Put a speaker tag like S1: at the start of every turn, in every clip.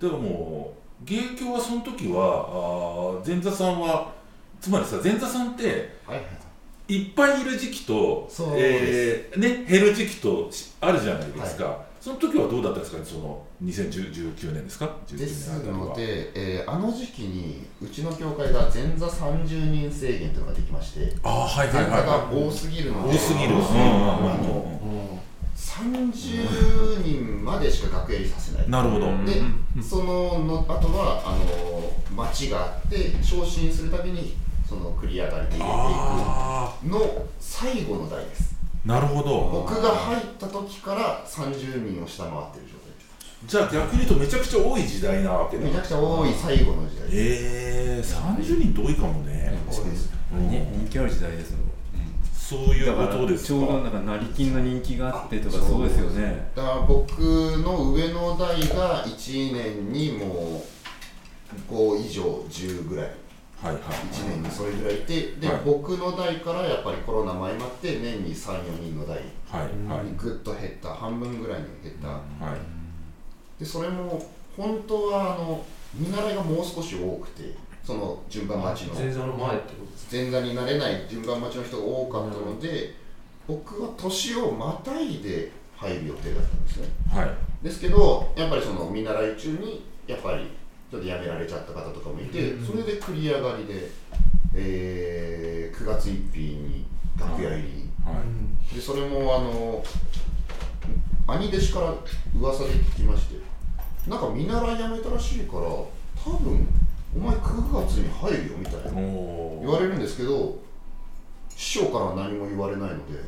S1: だからもう芸協はその時はあー前座さんはつまりさ前座さんって
S2: はいはい
S1: いっぱいいる時期と
S2: そうで
S1: えーね、減る時期としあるじゃないですか、その時はどうだったんですかねその2019年ですか19
S2: です
S1: 年あたり
S2: の
S1: は
S2: で、えーあの時期にうちの教会が前座30人制限というのができまして
S1: ああはいは
S2: 前
S1: い
S2: 座
S1: はい
S2: が多すぎるの
S1: 多
S2: で、
S1: すぎるうんうん
S2: あ
S1: うん
S2: の
S1: うん
S2: 30人までしか学営にさせない
S1: なるほど、
S3: うん
S2: でそののあとはあの町があって昇進するたびにその繰り上がりで入
S1: あ
S2: れていくの最後の代です
S1: あなるほど
S2: 僕が入った時から30人を下回ってる状態です
S1: じゃあ逆に言うとめちゃくちゃ多い時代なわけだ
S2: めちゃくちゃ多い最後の時代です
S1: ええ30人って多いかもね、
S2: そうです
S1: うん
S3: に人気ある時代ですよ、
S1: そう
S3: う
S1: い
S3: だ
S1: う
S3: か
S1: こと
S3: ら
S1: です
S3: ちょうど
S1: か
S3: なんか成金の人気があってとかそうですよね
S2: だから僕の上の代が1年にもう5以上10ぐらい
S1: はいはい
S2: 1年にそれぐらいいてで、
S1: はい
S2: 僕の代からやっぱりコロナ前もあって年に34人の代
S1: はいはい
S2: ぐっと減った半分ぐらいに減った、
S1: はい
S2: でそれも本当はあの見習いがもう少し多くてその順番待ちの
S4: 前座の前ってことです
S2: 前座になれない順番待ちの人が多かったので、僕は年をまたいで入る予定だったんですね
S1: はい
S2: ですけどやっぱりその見習い中にやっぱりちょっと辞められちゃった方とかもいて、それで繰り上がりで、えー9月1日に楽屋入り
S1: はい
S2: でそれもあの兄弟子から噂で聞きましてなんか見習い辞めたらしいから多分お前9月に入るよみたいな
S1: お
S2: 言われるんですけど師匠からは何も言われないので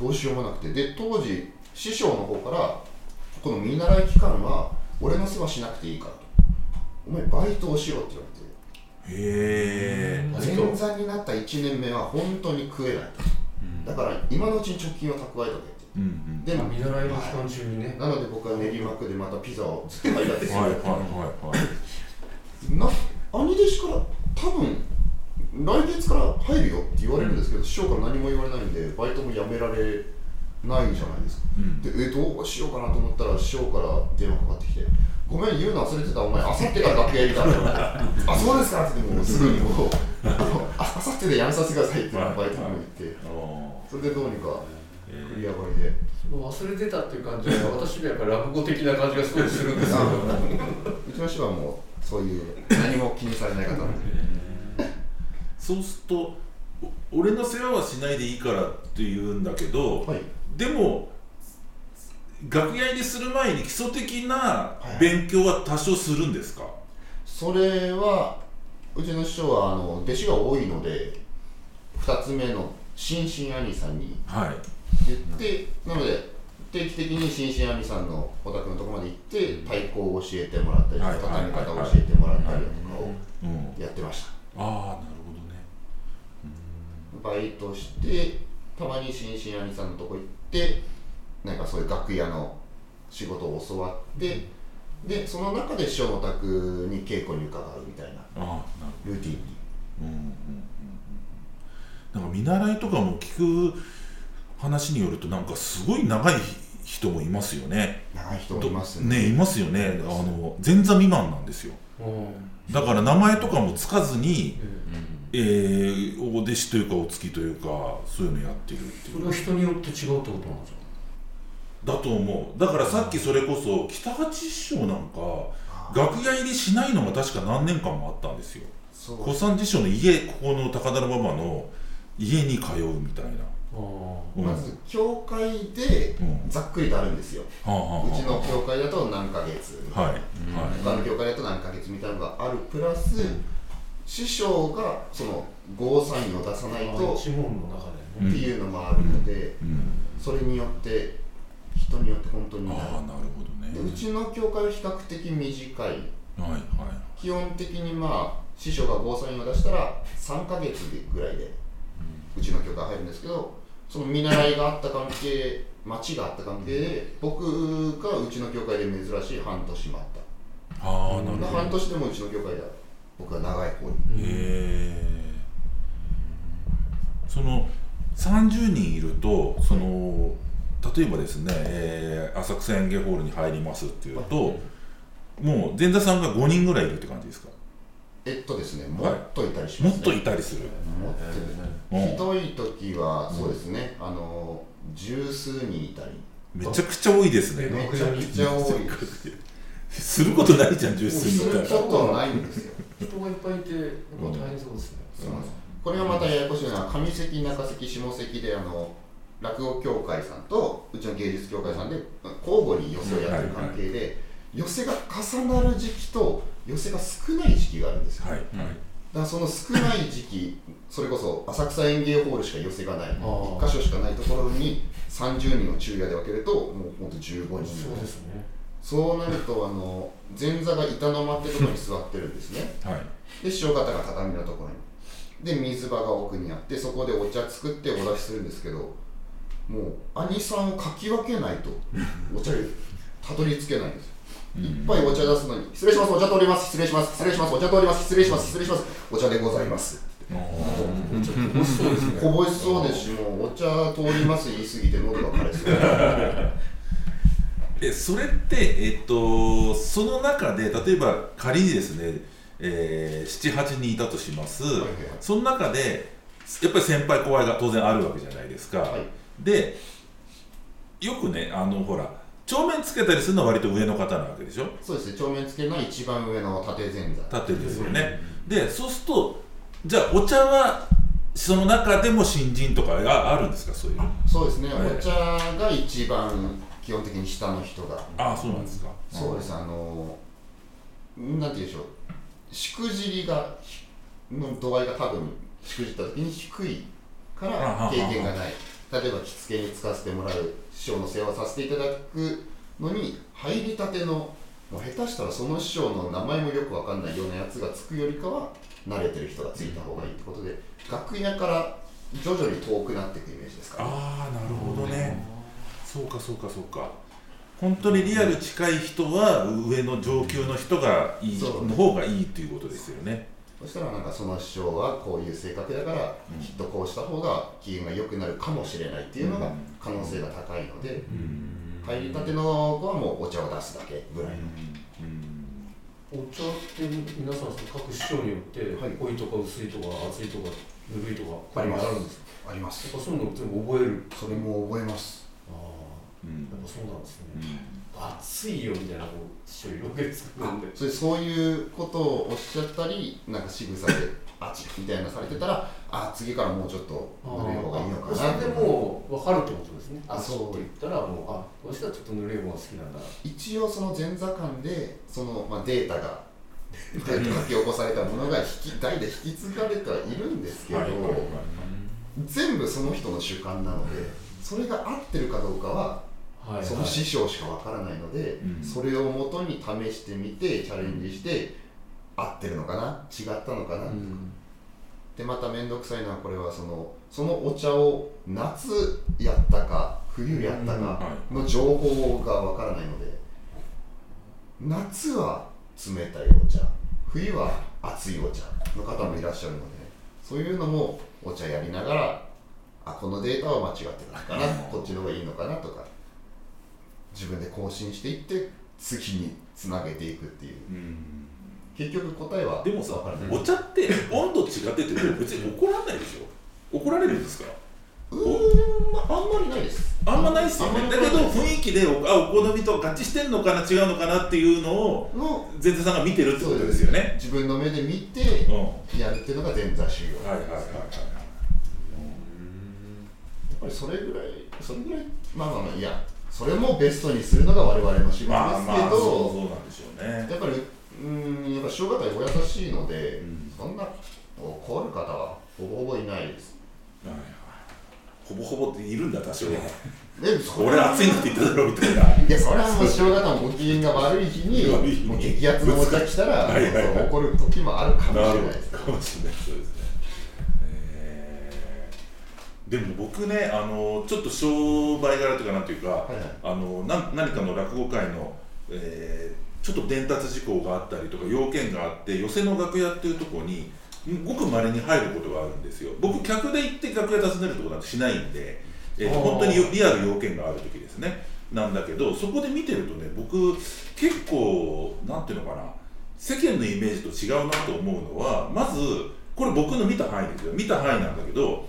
S2: どうしようもなくてで当時師匠の方からこの見習い期間は俺の世話しなくていいからとお前バイトをしろって
S1: へえ
S2: 言われて前座になった1年目は本当に食えないとだから今のうちに貯金を蓄えと
S1: うんうん
S2: けってで
S4: あ
S2: も
S4: 見習いの期間中にね
S2: なので僕は練馬区でまたピザを作ったりだって
S1: はいはいはいはい
S2: な兄弟子から多分来月から入るよって言われるんですけど、師匠から何も言われないんでバイトも辞められないじゃないですか、
S1: うん
S2: でえどうしようかなと思ったら師匠から電話かかってきて「ごめん言うの忘れてたお前あさってから楽屋入りだ」って言われて 「あそうですか」って言ってもうすぐにもう「あさってで辞めさせてください」ってバイトにも言って
S1: あー
S2: それでどうにか繰り上がりで。
S4: もう忘れてたっていう感じが私にはやっぱ落語的な感じがすごいするんですよ
S2: うちの師匠はもうそういう何も気にされない方なんで
S1: そうするとお俺の世話はしないでいいからって言うんだけど、
S2: はい
S1: でも楽屋入りする前に基礎的な
S2: はい
S1: 勉強は多少するんですか、
S2: それはうちの師匠はあの弟子が多いので2つ目の新進兄さんに
S1: はい、
S2: 言ってなので定期的に新進兄さんのお宅のところまで行って太鼓を教えてもらったり
S1: はい
S2: 畳み方を
S1: はい
S2: 教えてもらったりだとか
S1: うん、
S2: をやってまし
S1: あ
S2: た
S1: あなるほどね
S2: バイトしてたまに新進兄さんのとこ行ってなんかそういう楽屋の仕事を教わってでその中で師匠のお宅に稽古に伺うみたいな
S1: ああなる
S2: ルーティンに。
S1: うんうんうんうんなんか見習いとかも聞く話によるとなんかすごい長い人もいますよね
S2: 長い人もいます
S1: ねいますよねあの前座未満なんですよだから名前とかもつかずに、えーお弟子というかお付きというかそういうのやってるっていう
S4: それは人によって違うってことなんですか
S1: だと思うだからさっきそれこそ北八師匠なんか楽屋入りしないのが確か何年間もあったんですよ
S2: そう
S1: 小三師匠の家ここの高田馬場の家に通うみたいな、うん、
S2: まず教会で
S1: うん
S2: ざっくりとあるんですよ、
S1: はあはあ
S2: うち
S1: は
S2: の教会だと何ヶ月、
S1: あはい、
S2: 他の教会だと何ヶ月みたいなのがあるプラス、師匠がそのゴーサインを出さないと
S4: 一門の中
S1: う
S4: で
S1: ん
S4: ね
S2: っていうのもあるので、
S1: うん、
S2: それによって人によって本当に
S1: ああ
S2: な
S1: なるほどね
S2: るでうちの教会は比較的短い
S1: はいはい
S2: 基本的にまあ師匠がゴーサインを出したら3ヶ月ぐらいでうちの教会入るんですけどその見習いがあった関係町があった関係で僕がうちの教会で珍しい半年もあっ
S1: ああなるほ
S2: た
S1: ど
S2: 半年でもうちの教会では僕は長い方に
S1: へえその30人いるとその例えばですね、えー浅草園芸ホールに入りますっていうと、もう前座さんが5人ぐらいいるって感じですか
S2: えっとですね、も
S1: はい
S2: っといたりし
S1: も
S2: ま
S1: っ
S2: す
S1: と
S2: ね。
S1: いたりする、
S2: もっといたり
S1: うん
S2: ひどい時は、そうですね、あの、十数人いたり、
S1: めちゃくちゃ多いですね
S4: え
S2: めちゃくちゃ多 い。
S1: することないじゃん十数
S2: す
S1: 人いた
S2: る
S1: ら
S2: ことはないんですよ。
S4: 人がいっぱいいて、なんか大変そうですね。
S2: そうなんですこれがまたややこしいのは上関中関下関であの落語協会さんとうちの芸術協会さんで交互に寄せをやってる関係で、寄せが重なる時期と寄せが少ない時期があるんですよ、
S1: はいはい、
S2: だからその少ない時期それこそ浅草園芸ホールしか寄せがない
S4: あー
S2: 1箇所しかないところに30人を昼夜で分けるともうほんと15人
S4: そうですね。
S2: そうなるとあの前座が板の間ってところに座ってるんですね
S1: はい、
S2: で師匠方が畳のところにで水場が奥にあってそこでお茶作ってお出しするんですけどもう兄さんをかき分けないとお茶にたどり着けないんですよいっぱいお茶出すのに「失礼しますお茶取ります失礼します失礼しますお茶取ります失礼します失礼しますお茶でございます」
S4: ちょっと楽しそうですね。
S2: こぼしそうですしもうお茶通ります言い過ぎて喉が枯れそう
S1: えそれってえっとその中で例えば仮にですね、えー、78人いたとします、
S2: いはい
S1: その中でやっぱり先輩後輩が当然あるわけじゃないですか、
S2: はい
S1: でよくねあのほら帳面つけたりするのは割と上の方なわけでしょ
S2: そうですね帳面つけの一番上の縦前座
S1: 立ってるんですよね、でそうするとじゃあお茶はその中でも新人とかがあるんですかそういうの
S2: そうですね、
S1: はい
S2: お茶が一番基本的に下の人が
S1: ああそうなんですか
S2: そうです、あのなんて言うんでしょう、しくじりが、の度合いが多分、しくじった時に低いか
S1: あは
S2: ら
S1: は
S2: 経験がない、例えば着付けに使わせてもらう、師匠の世話をさせていただくのに、入りたての、もう下手したらその師匠の名前もよくわかんないようなやつがつくよりかは、慣れてる人がついた方がいいってことで、楽屋から徐々に遠くなっていくイメージですか、ね、
S1: ああなるほどねそうかそうかそうか本当にリアル近い人は上の上級の人がいいの
S2: そう
S1: 方がいいということですよね
S2: そしたらなんかその師匠はこういう性格だから、きっとこうした方が機嫌が良くなるかもしれないっていうのが可能性が高いので、入りたての子はもうお茶を出すだけぐらいの、
S4: お茶って皆さん、その各師匠によって、
S2: はい
S4: 濃いとか薄いとか厚いとかぬるいとか、
S2: あります
S4: あるんですか
S2: ありま
S4: やっ
S2: す
S4: ぱそういうの全部覚える。
S2: それも覚えます
S4: ああ、
S1: うん
S4: やっぱそうなんですね。熱いよみたいなこう師匠いるわけですかなんで。
S2: それそういうことをおっしゃったりなんか仕草であっちみたいなされてたらあ次からもうちょっと濡れる方がいいのかな
S4: それでもう分かるってことですね。あ、
S2: そう
S4: そうって言ったらもうあ、この人はちょっと濡れる方が好きなんだ。
S2: 一応その前座間でその、まあ、データがデータが引き起こされたものが引き代で引き継がれてはいるんですけど、
S1: はいはいはい
S2: 全部その人の主観なのでそれが合ってるかどうかは
S4: はい、はい。
S2: その師匠しかわからないので、
S1: うん
S2: それをもとに試してみてチャレンジして合ってるのかな違ったのかな、
S4: うん。
S2: でまた面倒くさいのはこれはそのそのお茶を夏やったか冬やった
S4: うん
S2: か
S1: は
S2: の情報がわからないので夏は冷たいお茶冬は熱いお茶の方もいらっしゃるのでそういうのもお茶やりながらあこのデータは間違ってたのかなこっちの方がいいのかなとか自分で更新していって次につなげていくっていう
S1: うん
S2: 結局答えは
S1: でもさ
S2: わからない
S1: お茶って温度違ってても別に怒らないでしょ怒られるんですか
S2: うーん、まあ、あんまりないです。
S1: あんまないっすよ
S2: あん
S1: ね
S2: ま
S1: だ
S2: り
S1: け
S2: ない
S1: ど雰囲気でおあお好みと合致してんのかな違うのかなっていうのを
S2: の、
S1: 前座さんが見てるってことですよね
S2: 自分の目で見て
S1: うん
S2: やるっていうのが前座修行。
S1: はいはいはいはい
S2: やっぱりそれぐらい、それぐらい、まあまあまあ、いや、それもベストにするのが我々の仕事ですけど、
S1: まあまあそうそうなんでしょうね
S2: やっぱり、うーん、やっぱ師匠方お優しいので、
S1: うん
S2: そんな怒る方はほぼほぼいないです。
S1: はいはいほぼほぼっているんだ多少は
S2: で、それ
S1: 俺
S2: は
S1: 暑いのって言っただろみたいな
S2: いや、それはもう師匠方もご機嫌が悪い日に、
S1: 悪い日に
S2: もう激アツのお茶来たら、
S1: はいはいはい
S2: そう怒る時もあるかも
S1: なるほ
S2: しれない
S1: ど
S2: です。
S1: かもしれないそうですねえーでも僕ねあのちょっと商売柄というかなんていうか、
S2: はいはい
S1: あのな何かの落語会の、えーちょっと伝達事項があったりとか要件があって寄席の楽屋っていうところにんごくまれに入ることがあるんですよ僕客で行って楽屋訪ねるってことなんてしないんで、えーと
S4: あー
S1: 本当にリアル要件がある時ですねなんだけどそこで見てるとね僕結構なんていうのかな世間のイメージと違うなと思うのはまずこれ僕の見た範囲ですよ見た範囲なんだけど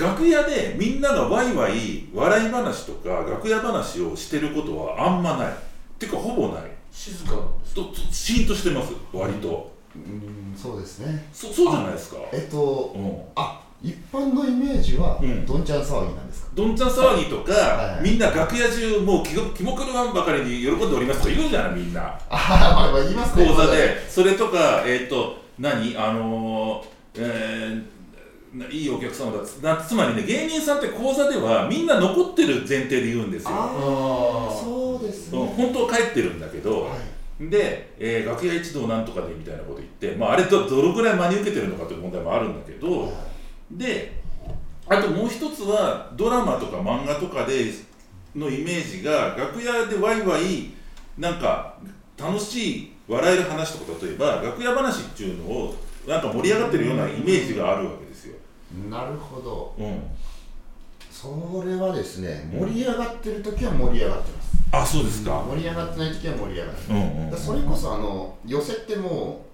S1: 楽屋でみんながワイワイ笑い話とか楽屋話をしてることはあんまないっていうかほぼない
S4: 静かなんです
S1: ととシーンとしてます割と
S2: うんそうですね
S1: そそうじゃないですか
S2: えっと
S1: うん
S2: あ一般のイメージは
S1: うん
S2: どんちゃん騒ぎなんですか、
S1: どんちゃん騒ぎとか、
S2: はい
S1: みんな楽屋中もう気も気も狂わんばかりに喜んでおりますとか言うじゃないみんな
S2: あははまあまあ言います
S1: 講
S2: ね
S1: 座でそれとかえっ、と何あのーえーないいお客様だつなつまりね芸人さんって講座ではみんな残ってる前提で言うんですよ、
S2: ああ
S4: あー
S2: そうです
S1: うん、
S2: ね、
S1: 本当は帰ってるんだけど、
S2: はい
S1: で、えー楽屋一同なんとかでみたいなこと言って、まあ、あれどどのぐらい真に受けてるのかという問題もあるんだけど、であともう一つはドラマとか漫画とかでのイメージが楽屋でワイワイなんか楽しい笑える話とか例えば楽屋話っていうのをなんか盛り上がってるようなイメージがあるわけですよ。
S2: なるほど
S1: うん、
S2: それはですね
S1: うん
S2: 盛り上がってる時は盛り上がってます
S1: あそうですか。
S2: 盛り上がってない時は盛り上がって
S1: うんうんう
S2: だ
S1: ん
S2: からそれこそあの寄せっても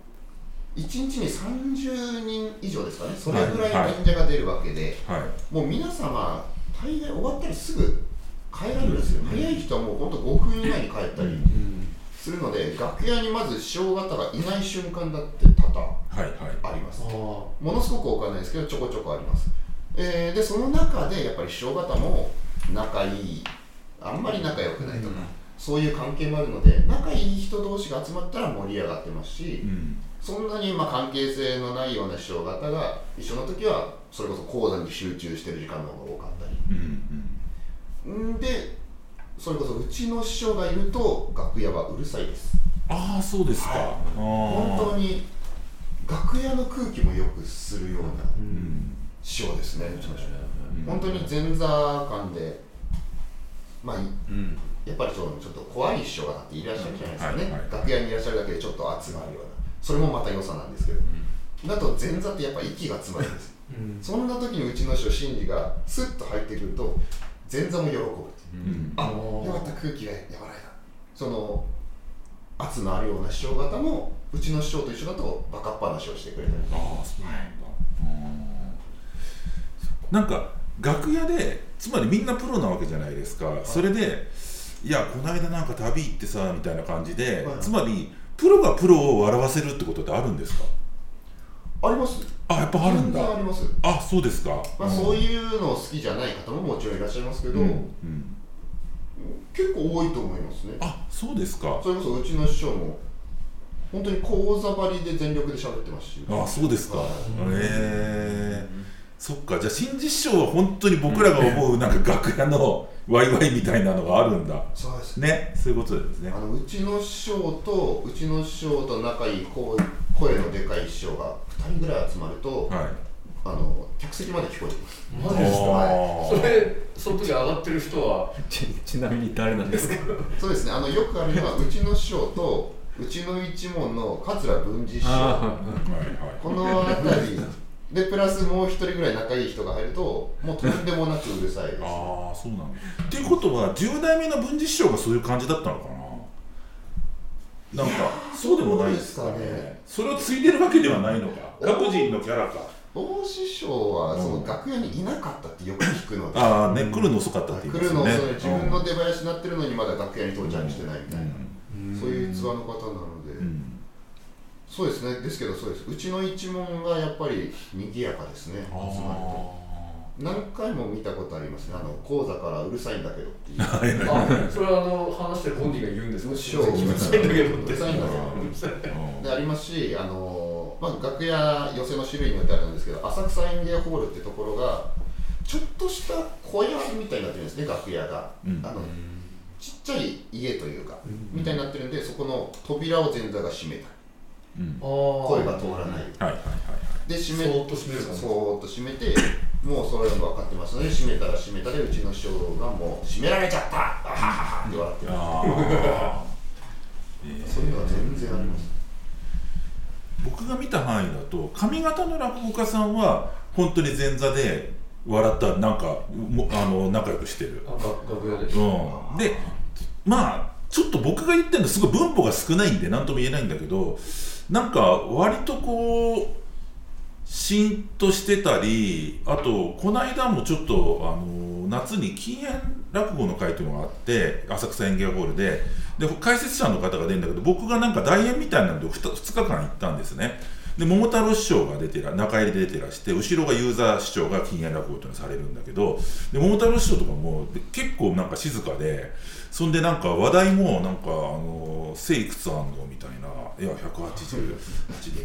S2: う1日に30人以上ですかねそれぐらい
S1: はいはい
S2: 演者が出るわけで、
S1: はい
S2: もう皆様大概終わったらすぐ帰られるんですよ、
S1: うん
S2: 早い人はもうほんと5分以内に帰った
S1: う
S2: り
S1: ん
S2: するので楽屋にまず師匠方がいない瞬間だって多々
S1: はいはい
S2: あります
S4: あー
S2: ものすごく多くはないですけどちょこちょこあります、えーでその中でやっぱり師匠方も仲いいあんまり仲良くないとか、そういう関係もあるので仲いい人同士が集まったら盛り上がってますし
S1: うん
S2: そんなにまあ関係性のないような師匠方が一緒の時はそれこそ講座に集中してる時間の方が多かったり
S1: うんうん
S2: んでそれこそうちの師匠がいると楽屋はうるさいです
S1: ああそうですか。
S2: はい
S1: あー
S2: 本当に楽屋の空気もよくするような
S1: うん
S2: 師匠ですねうちの師匠
S1: うん
S2: 本当に前座感でまあ
S3: うん
S2: やっぱりそのちょっと怖い師匠方っていらっしゃるじゃないですかね、
S1: はいはい
S2: 楽屋にいらっしゃるだけでちょっと圧があるようなそれもまた良さなんですけどだと前座ってやっぱ息が詰まるんですよ
S4: うん
S2: そんな時にうちの師匠真治がスッと入ってくると前座も喜ぶ
S1: うん
S2: あ
S4: あー
S2: よかった空気が和らいだその圧のあるような師匠方もうちの師匠と一緒だとバカっ話をしてくれたり
S1: ああそうなんだ、うんなんか楽屋でつまりみんなプロなわけじゃないですか、それでいやこの間なんか旅行ってさみたいな感じで、
S2: はい
S1: つまりプロがプロを笑わせるってことってあるんですか
S2: あります
S1: あやっぱあるん
S2: 全然あ
S1: だ
S2: ります、
S1: あそうですか、
S2: まあ、そういうのを好きじゃない方ももちろんいらっしゃいますけ
S1: う
S2: ど、
S1: んうん
S2: 結構多いと思いますね
S1: あそうですか
S2: それこそうちの師匠も本当に講座張りで全力で喋ってますし
S1: あそうですか
S2: はい
S1: へえそっかじゃあ新実師匠は本当に僕らが思うなんか楽屋のワイワイみたいなのがあるんだ
S2: そうです
S1: ねそういうことですね
S2: あのうちの師匠とうちの師匠と仲いいこう声のでかい師匠が2人ぐらい集まると、
S1: はい
S2: あの客席まで聞こえてきます
S4: マジですか
S1: あー
S4: それその時上がってる人は
S3: ちちなみに誰なんですか
S2: そうですねあのよくあるのはうちの師匠とうちの一門の桂文治師匠
S1: はいはい
S2: この辺りでプラスもう一人ぐらい仲いい人が入るともうとんでもなくうるさいです
S1: ああそうなんだっていうことは10代目の文治師匠がそういう感じだったのかななんかそうでもない
S2: どうですかね
S1: それを継いでるわけではないのか各人のキャラか
S2: 大師匠はその楽屋にいなかったってよく聞くので、
S1: ああね来るの遅かったって言
S2: 来
S1: いますよ
S2: るの
S1: ね
S2: それ自分の出囃子になってるのにまだ楽屋に到着してないみたいな、そういう器の方なので、
S1: うんうん
S2: そうですねですけどそうですうちの一門がやっぱり賑やかですね集
S1: あ
S2: まると何回も見たことありますねあの講座からうるさいんだけどっていう
S1: ーはいはい
S4: あそれはあの話してる本人が言うんですか
S2: 師匠
S4: 気持ちいいんだけどって
S2: うるさいんだけどでありますし、あのまあ、楽屋寄せの種類によってあるんですけど浅草園芸ホールってところがちょっとした小屋みたいになってるんですね楽屋が、
S1: うん
S2: あのちっちゃい家というか、みたいになってるんでそこの扉を前座が閉めた
S1: うん
S4: あ
S1: は
S4: ー
S2: 声が通らない、
S1: いはいはい
S2: で閉め
S4: そーっと閉める感じ
S2: そーっと閉めてもうそれは分かってますので閉めたら閉めたでうちの師匠がもう閉められちゃったあはははって笑ってま
S1: あーえー
S2: すそういうのは全然あります、
S1: 僕が見た範囲だと上方の落語家さんは本当に前座で笑ったなんかもあの仲良くしてる、
S4: あが楽屋で
S1: うん、でまあちょっと僕が言ってるのすごい文法が少ないんで何とも言えないんだけどなんか割とこうシーンとしてたりあとこの間もちょっとあの夏に禁煙落語の会というのがあって浅草演芸ホールでで解説者の方が出るんだけど僕がなんか代演みたいなので 2, 日間行ったんですねで桃太郎師匠が出てら中入りで出てらして後ろがユーザー師匠が禁煙落語というのをされるんだけどで桃太郎師匠とかもで結構なんか静かでそんでなんか話題もなんかあの背いくつあんのみたいないや188で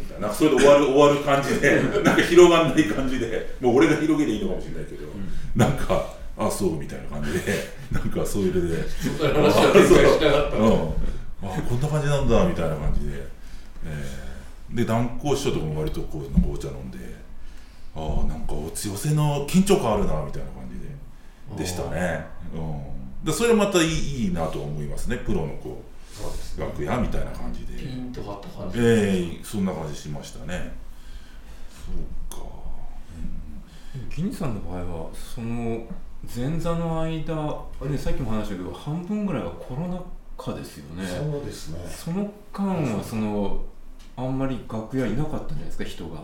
S1: みたいななんかそれで終わる終わる感じで なんか広がんない感じでもう俺が広げていいのかもしれないけど、なんかあそうみたいな感じでなんかそういうので。
S4: そんな話は展開しなかった
S1: うん、あこんな感じなんだみたいな感じで、えーで断交師匠とかも割とこうなんかお茶飲んでああんかお強せの緊張感あるなみたいな感じででしたね、うん、でそれはまたいいいいなと思いますねプロのこ
S2: そうです
S1: う楽屋みたいな感じで、
S4: ピンと張った感じ、
S1: ええそんな感じしましたねそうか、
S3: 銀さんの場合はその前座の間、ね、さっきも話したけど半分ぐらいはコロナ禍ですよね
S2: そうですね
S3: その間はそのあんまり楽屋いなかったんじゃないですか人が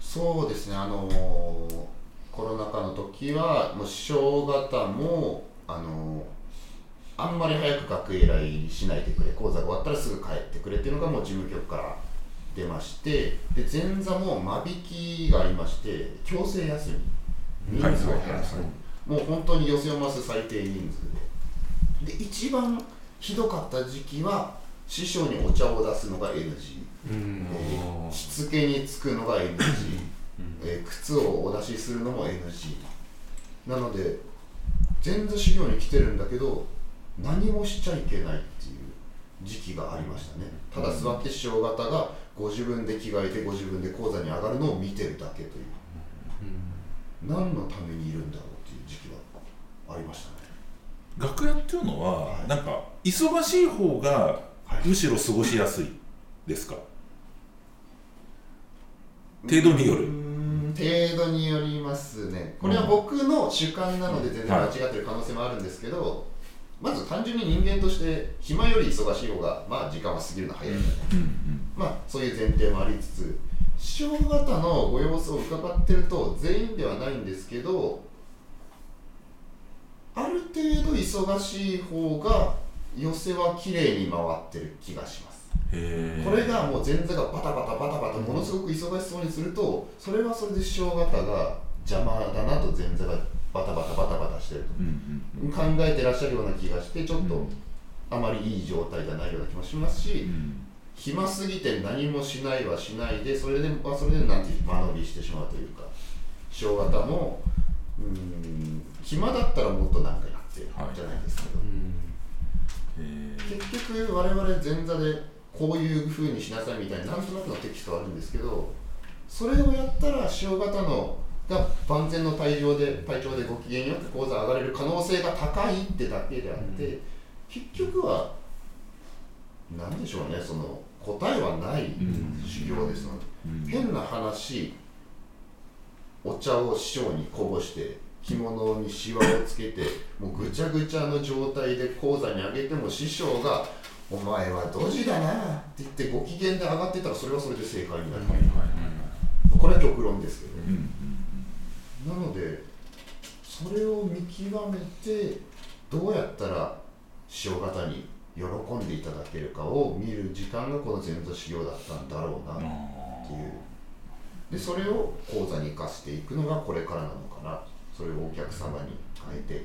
S2: そうですねあのーコロナ禍の時はもう師匠方もあのーあんまり早く学芸来しないでくれ講座が終わったらすぐ帰ってくれっていうのがもう事務局から出ましてで前座も間引きがありまして強制休み人数を減らす、
S1: はいは
S2: もう本当に寄せを回す最低人数でで一番ひどかった時期は師匠にお茶を出すのが NG
S4: うん
S3: あー
S2: しつけにつくのが NG、えー靴をお出しするのも NG なので前座修行に来てるんだけど何もしちゃいけないっていう時期がありましたねただ座って師匠方がご自分で着替えてご自分で講座に上がるのを見てるだけという何のためにいるんだろうっていう時期はありましたね
S1: 楽屋っていうのは、
S2: はい
S1: なんか忙しい方が
S2: はい
S1: むしろ過ごしやすいですか、程度によ
S2: うー
S1: る
S2: ん程度によりますねこれは僕の主観なので全然間違ってる可能性もあるんですけど、まず単純に人間として暇より忙しい方がまあ時間は過ぎるの早いよね、
S1: うん
S2: まあそういう前提もありつつ師匠方のご様子を伺ってると全員ではないんですけどある程度忙しい方が寄せは綺麗に回ってる気がします
S1: へー
S2: これがもう前座がバタバタバタバタものすごく忙しそうにするとそれはそれで師匠方が邪魔だなと前座がバタバタバタバタしてると
S1: うんうん
S2: 考えてらっしゃるような気がしてちょっとあまりいい状態じゃないような気もします
S1: う
S2: し
S1: ん
S2: 暇すぎて何もしないはしないでそれで、まあ、それでなんていう間延びしてしまうというか師匠方もうーん暇だったらもっとなんかやってじゃないですけど、
S1: へー
S2: 結局我々前座でこういうふうにしなさいみたいななんとなくのテキストはあるんですけどそれをやったら塩型のが万全の体調で体調でご機嫌よく講座上がれる可能性が高いってだけであって、結局は何でしょうねその答えはない
S1: ん
S2: 修行ですので、
S1: うん
S2: 変な話お茶を師匠にこぼして着物にしわをつけてもうぐちゃぐちゃの状態で講座に上げても師匠が「お前はドジだな」って言ってご機嫌で上がってたらそれはそれで正解になる、これは極論ですけど、
S1: うん
S2: なのでそれを見極めてどうやったら師匠方に喜んでいただけるかを見る時間がこの前座修行だったんだろうな
S1: あ
S2: っていうでそれを講座に生かしていくのがこれからなのかなそれをお客様に変えて